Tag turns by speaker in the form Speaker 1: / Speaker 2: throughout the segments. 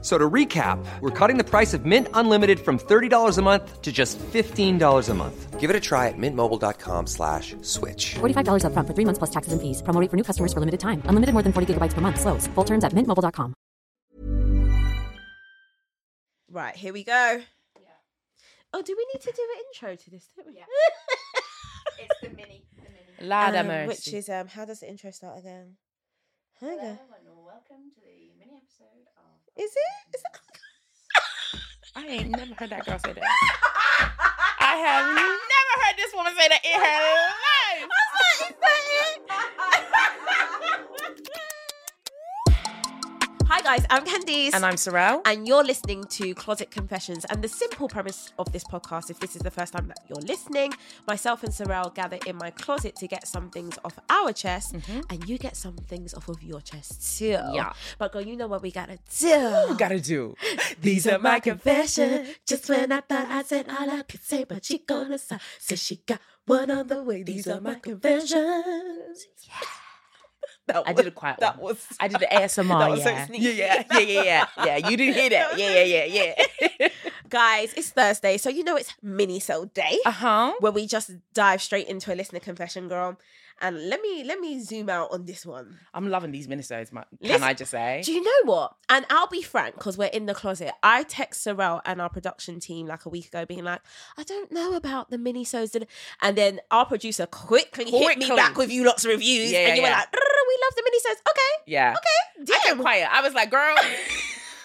Speaker 1: So to recap, we're cutting the price of Mint Unlimited from $30 a month to just $15 a month. Give it a try at mintmobile.com slash switch.
Speaker 2: $45 upfront for three months plus taxes and fees. Promo rate for new customers for limited time. Unlimited more than 40 gigabytes per month. Slows. Full terms at mintmobile.com.
Speaker 3: Right, here we go. Oh, do we need to do an intro to this? Don't we?
Speaker 4: Lord
Speaker 3: Um,
Speaker 4: have mercy.
Speaker 3: which is um, how does the intro start again? Hello, and welcome to the mini episode of. Is it? Is that?
Speaker 4: I ain't never heard that girl say that. I have never heard this woman say that in her life.
Speaker 3: Hi guys, I'm Candice.
Speaker 4: And I'm Sorrel.
Speaker 3: and you're listening to Closet Confessions. And the simple premise of this podcast, if this is the first time that you're listening, myself and Sorrel gather in my closet to get some things off our chest, and you get some things off of your chest too.
Speaker 4: Yeah.
Speaker 3: But girl, you know what we gotta do.
Speaker 4: gotta do.
Speaker 3: These are my confession. Just when I thought I said all I could say, but she gonna sigh. Says she got one on the way. These are my confessions.
Speaker 4: That I did a quiet that Was, I did the ASMR.
Speaker 3: that was so
Speaker 4: yeah.
Speaker 3: sneaky.
Speaker 4: yeah, yeah, yeah, yeah, yeah. Yeah, You didn't hear that. Yeah, yeah, yeah, yeah.
Speaker 3: Guys, it's Thursday, so you know it's mini soul day.
Speaker 4: uh huh.
Speaker 3: where we just dive straight into a listener confession, girl. And let me let me zoom out on this one.
Speaker 4: I'm loving these minisodes. ma- Can
Speaker 3: Listen-
Speaker 4: I just say?
Speaker 3: Do you know what? And I'll be frank, because we're in the closet. I text Sorrel and our production team like a week ago, being like, I don't know about the mini and and then our producer quickly, hit me
Speaker 4: Quickly.
Speaker 3: back with you lots of reviews.
Speaker 4: Yeah, yeah,
Speaker 3: and you were
Speaker 4: yeah.
Speaker 3: like, "Rrr, we love the mini Okay.
Speaker 4: yeah.
Speaker 3: Okay.
Speaker 4: I kept
Speaker 3: Damn.
Speaker 4: quiet. I was like, girl.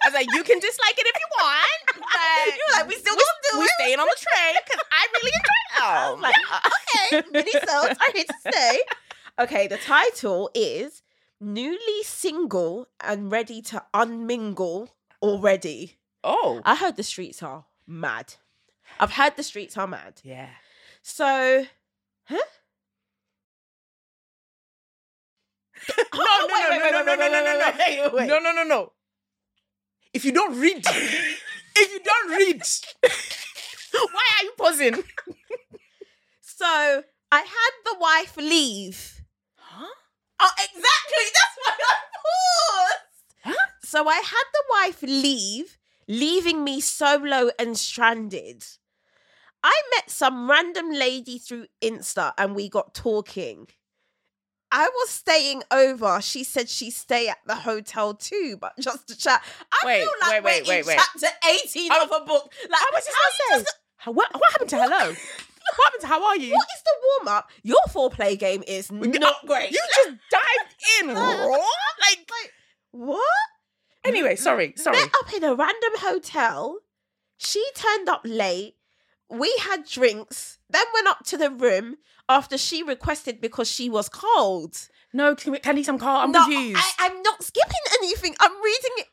Speaker 4: I was like, you can dislike it if you want. But
Speaker 3: You were like, we still
Speaker 4: we,
Speaker 3: gonna do
Speaker 4: we
Speaker 3: it.
Speaker 4: staying on the train because I really
Speaker 3: I
Speaker 4: enjoy
Speaker 3: was
Speaker 4: them.
Speaker 3: like, okay, mini sodes are here to stay. Okay, the title is Newly Single and Ready to Unmingle Already.
Speaker 4: oh.
Speaker 3: I heard the streets are mad. I've heard the streets are mad.
Speaker 4: Yeah.
Speaker 3: So, huh?
Speaker 4: No, no, no, no, no, no, no, no, no, no, no, no, no, no. If you don't read, if you don't read, why are you pausing?
Speaker 3: So, I had the wife leave.
Speaker 4: Huh?
Speaker 3: Oh, exactly. That's why I paused.
Speaker 4: Huh?
Speaker 3: So, I had the wife leave, leaving me solo and stranded. I met some random lady through Insta and we got talking. I was staying over. She said she'd stay at the hotel too, but just to chat. I
Speaker 4: Wait,
Speaker 3: feel like
Speaker 4: wait, wait,
Speaker 3: we're in
Speaker 4: wait, wait.
Speaker 3: chapter 18
Speaker 4: I-
Speaker 3: of a book. Like,
Speaker 4: I was just
Speaker 3: how
Speaker 4: gonna
Speaker 3: you
Speaker 4: say, how, what, what happened to hello? What happened to how are you?
Speaker 3: what is the warm up? Your foreplay game is not great.
Speaker 4: You just dived in raw. Like
Speaker 3: like, what?
Speaker 4: anyway, sorry, sorry.
Speaker 3: Met up in a random hotel. She turned up late. We had drinks, then went up to the room after she requested because she was cold.
Speaker 4: No, can we- Candice, I'm called. I'm
Speaker 3: No,
Speaker 4: confused.
Speaker 3: I, I'm not skipping anything. I'm reading it.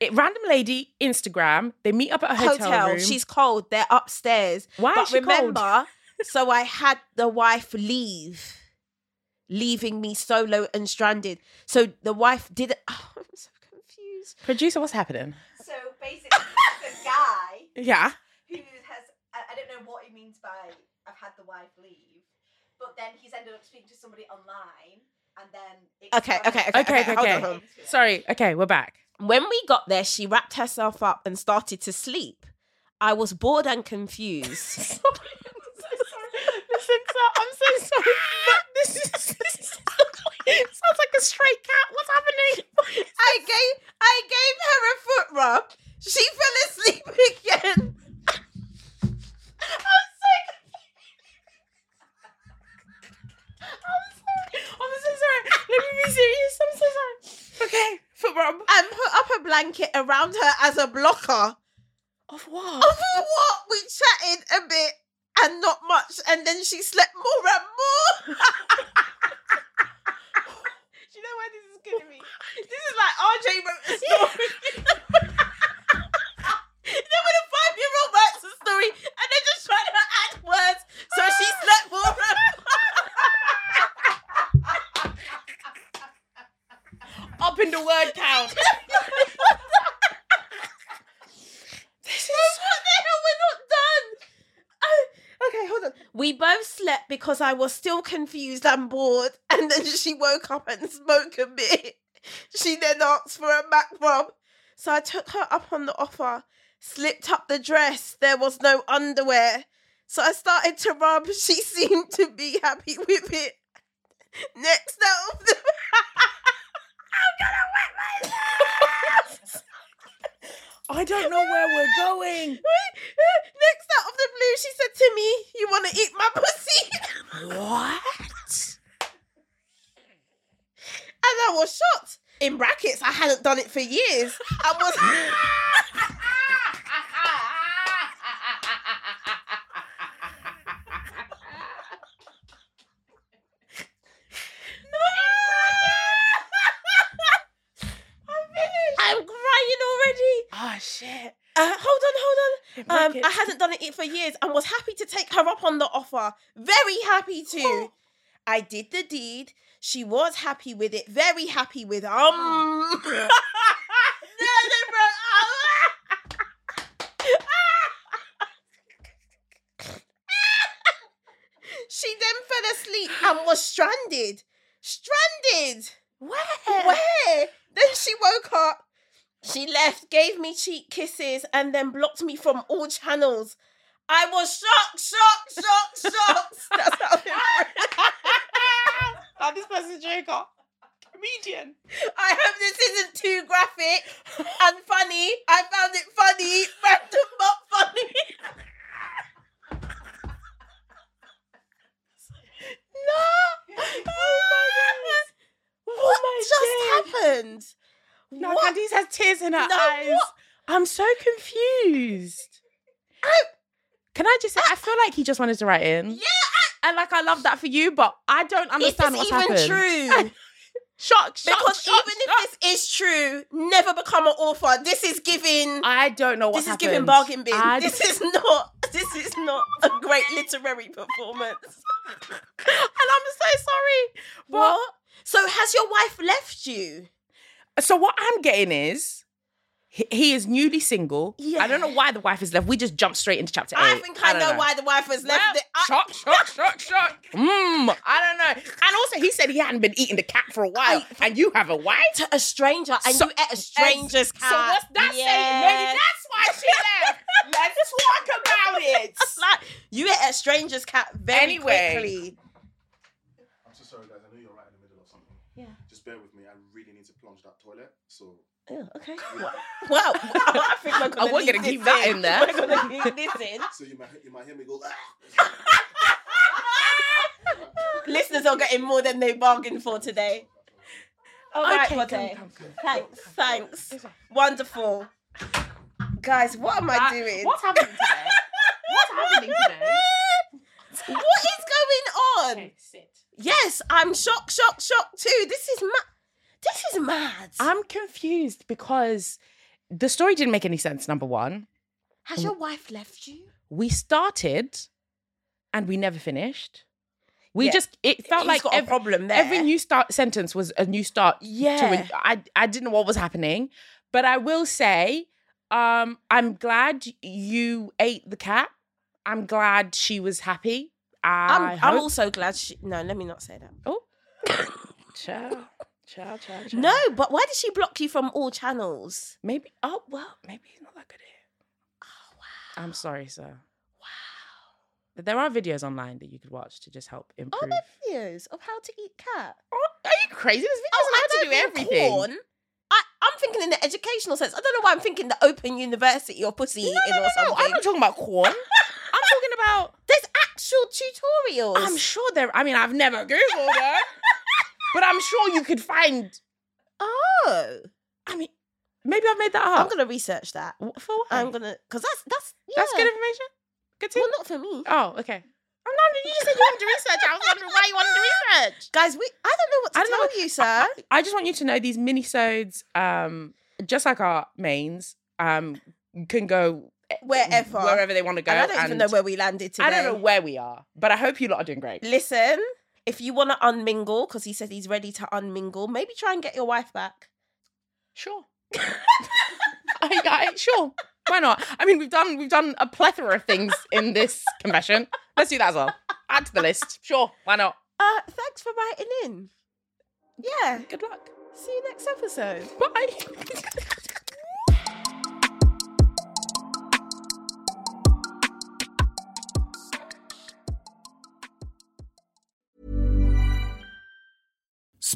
Speaker 4: It- random lady Instagram. They meet up at a hotel,
Speaker 3: Hotel.
Speaker 4: room.
Speaker 3: She's cold. They're upstairs.
Speaker 4: why
Speaker 3: but
Speaker 4: is she cold?
Speaker 3: remember, so I had the wife leave, leaving me solo and stranded. So the wife did. Oh, I'm so confused.
Speaker 4: Producer, what's happening?
Speaker 5: So basically, it's a guy
Speaker 4: Yeah.
Speaker 5: who has, I, I don't know what he means by I've had the wife leave, but then he's ended up speaking to somebody online and then. It
Speaker 3: Okay, okay, okay,
Speaker 4: Okay, okay,
Speaker 3: hold
Speaker 4: okay.
Speaker 3: on, hold on.
Speaker 4: Sorry. Okay, we're back.
Speaker 3: When we got there, she wrapped herself up and started to sleep. I was bored and confused.
Speaker 4: Sorry, I'm so sorry. Listen, sir, I'm so sorry. But this is this is- sounds like a stray cat. What's happening?
Speaker 3: I gave I gave her a foot rub. She fell asleep again. I'm so
Speaker 4: I'm so sorry. Let me be serious. I'm so sorry. Okay, foot rub.
Speaker 3: and put up a blanket around her as a blocker.
Speaker 4: Of what?
Speaker 3: Of what we chatted a bit and not much, and then she slept more and more. Do you know where this is getting me? This is like RJ wrote a story. you know when a five-year-old writes a story and they're just trying to add words, so she slept more and more.
Speaker 4: Up in the word count.
Speaker 3: Oh, We both slept because I was still confused and bored, and then she woke up and smoked a bit. She then asked for a Mac rub, so I took her up on the offer, slipped up the dress. There was no underwear, so I started to rub. She seemed to be happy with it. Next out of the. I'm gonna wet my legs!
Speaker 4: I don't know where we're going.
Speaker 3: Next out of the blue, she said to me, You want to eat my pussy?
Speaker 4: What?
Speaker 3: And I was shocked. In brackets, I hadn't done it for years. I was. I'm crying already.
Speaker 4: Oh shit.
Speaker 3: Uh, hold on, hold on.
Speaker 4: In
Speaker 3: Um, I
Speaker 4: brackets.
Speaker 3: hadn't done it for years and was happy to take her up on the offer. Very happy to. I did the deed. She was happy with it. Very happy with um. no, no, bro. she then fell asleep and was stranded. Stranded. Where? Where? Then she woke up. She left, gave me cheek kisses, and then blocked me from all channels. I was shocked, shocked, shocked, shocked. That's how it works.
Speaker 4: Oh, this person's Jacob. Comedian.
Speaker 3: I hope this isn't too graphic and funny. I found it funny, random but funny. no! what
Speaker 4: Oh
Speaker 3: just happened?
Speaker 4: No,
Speaker 3: what?
Speaker 4: Candice has tears in her
Speaker 3: No,
Speaker 4: eyes.
Speaker 3: what?
Speaker 4: I'm so confused. Can I just say, I feel like he just wanted to write in.
Speaker 3: Yeah, I-
Speaker 4: And like, I love that for you, but I don't
Speaker 3: is this
Speaker 4: understand what's
Speaker 3: even true?
Speaker 4: happened. Shock, shock,
Speaker 3: Because
Speaker 4: shock,
Speaker 3: even
Speaker 4: shock.
Speaker 3: if this is true, never become an author. This is giving.
Speaker 4: I don't know what
Speaker 3: This is
Speaker 4: happened.
Speaker 3: giving bargain bin.
Speaker 4: I-
Speaker 3: This is not. This is not a great literary performance.
Speaker 4: and I'm so sorry. But
Speaker 3: What? So has your wife left you?
Speaker 4: so what I'm getting is he, he is newly single. I don't know
Speaker 3: Yeah.
Speaker 4: why the wife is left. We just jumped straight into chapter
Speaker 3: I
Speaker 4: eight.
Speaker 3: think I,
Speaker 4: don't
Speaker 3: know, why the wife has left.
Speaker 4: Well,
Speaker 3: the, I,
Speaker 4: shock, shock, shock, shock. Mm, I don't know. And also, he said he hadn't been eating the cat for a while, and you have a wife.
Speaker 3: to a stranger, and
Speaker 4: So-
Speaker 3: you at a stranger's
Speaker 4: so
Speaker 3: cat.
Speaker 4: what's that saying? Maybe that's why she left. Let's talk about it.
Speaker 3: like you ate a stranger's cat very
Speaker 4: Anyway.
Speaker 3: quickly.
Speaker 6: I'm so sorry, guys. I know you're right in the middle of something.
Speaker 3: Yeah.
Speaker 6: Just bear with me. I really need to plunge that toilet. So
Speaker 3: Oh, okay. Wow. I think we're gonna,
Speaker 4: Oh, we're gonna
Speaker 3: this
Speaker 4: keep that in there.
Speaker 3: We're gonna keep this in.
Speaker 6: so you might you might hear me go. "Ah!"
Speaker 3: Listeners are getting more than they bargained for today. All right,
Speaker 4: Okay,
Speaker 3: Wade.
Speaker 4: come, come, come.
Speaker 3: Thanks, thanks. Wonderful. Guys, what am I doing?
Speaker 4: What's happening today? What's happening today?
Speaker 3: what is going on?
Speaker 4: Okay, sit.
Speaker 3: Yes, I'm shocked, shocked, shocked too. This is mad. This is mad.
Speaker 4: I'm confused because the story didn't make any sense. Number one,
Speaker 3: Has your wife left you?
Speaker 4: we started and we never finished. We
Speaker 3: Yeah.
Speaker 4: just it felt
Speaker 3: He's
Speaker 4: like
Speaker 3: got a
Speaker 4: every,
Speaker 3: problem there.
Speaker 4: every new start sentence was a new start. To
Speaker 3: Yeah.
Speaker 4: a, I I didn't know what was happening, but I will say, um, I'm glad you ate the cat. I'm glad she was happy. I
Speaker 3: I'm, I'm
Speaker 4: hope-
Speaker 3: also glad she. No, let me not say that.
Speaker 4: Oh, child, child, child,
Speaker 3: No, but why did she block you from all channels?
Speaker 4: Maybe. Oh well, maybe he's not that good at it. Oh wow. I'm sorry, sir. Wow. But there are videos online that you could watch to just help
Speaker 3: Are
Speaker 4: improve.
Speaker 3: there videos of how to eat cat?
Speaker 4: Oh, are you crazy? This video
Speaker 3: Oh, I don't
Speaker 4: doesn't have to do
Speaker 3: mean
Speaker 4: everything.
Speaker 3: Corn. I, I'm thinking in the educational sense. I don't know why I'm thinking the open university or pussy
Speaker 4: No,
Speaker 3: eating
Speaker 4: no, no,
Speaker 3: or
Speaker 4: no,
Speaker 3: something.
Speaker 4: I'm not talking about corn. I'm talking about.
Speaker 3: There's actual tutorials.
Speaker 4: I'm sure there. I mean, I've never googled her, but I'm sure you could find.
Speaker 3: oh,
Speaker 4: I mean, maybe I've made that up.
Speaker 3: I'm gonna research that.
Speaker 4: Wh- for what?
Speaker 3: I'm gonna because that's Oh. that's yeah.
Speaker 4: That's good information. Good tip.
Speaker 3: Well, not for me.
Speaker 4: oh, okay. I'm not. You said you wanted to research. I was wondering why you wanted to research.
Speaker 3: Guys, we I don't know what to
Speaker 4: I don't know
Speaker 3: tell
Speaker 4: what-
Speaker 3: you, sir.
Speaker 4: I just want you to know these minisodes, um, just like our mains, um, can go eh,
Speaker 3: Wherever.
Speaker 4: wherever they want to go.
Speaker 3: and I don't even
Speaker 4: and
Speaker 3: know where we landed today.
Speaker 4: I don't know where we are, but I hope you lot are doing great.
Speaker 3: Listen, if you want to unmingle, because he said he's ready to unmingle, maybe try and get your wife back.
Speaker 4: Sure. I, I, sure. Why not? I mean, we've done we've done a plethora of things in this confession. Let's do that as well. Add to the list. Sure. Why not?
Speaker 3: Uh, thanks for writing in. Yeah.
Speaker 4: Good luck.
Speaker 3: See you next episode.
Speaker 4: Bye.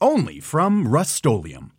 Speaker 7: Only from Rust-Oleum.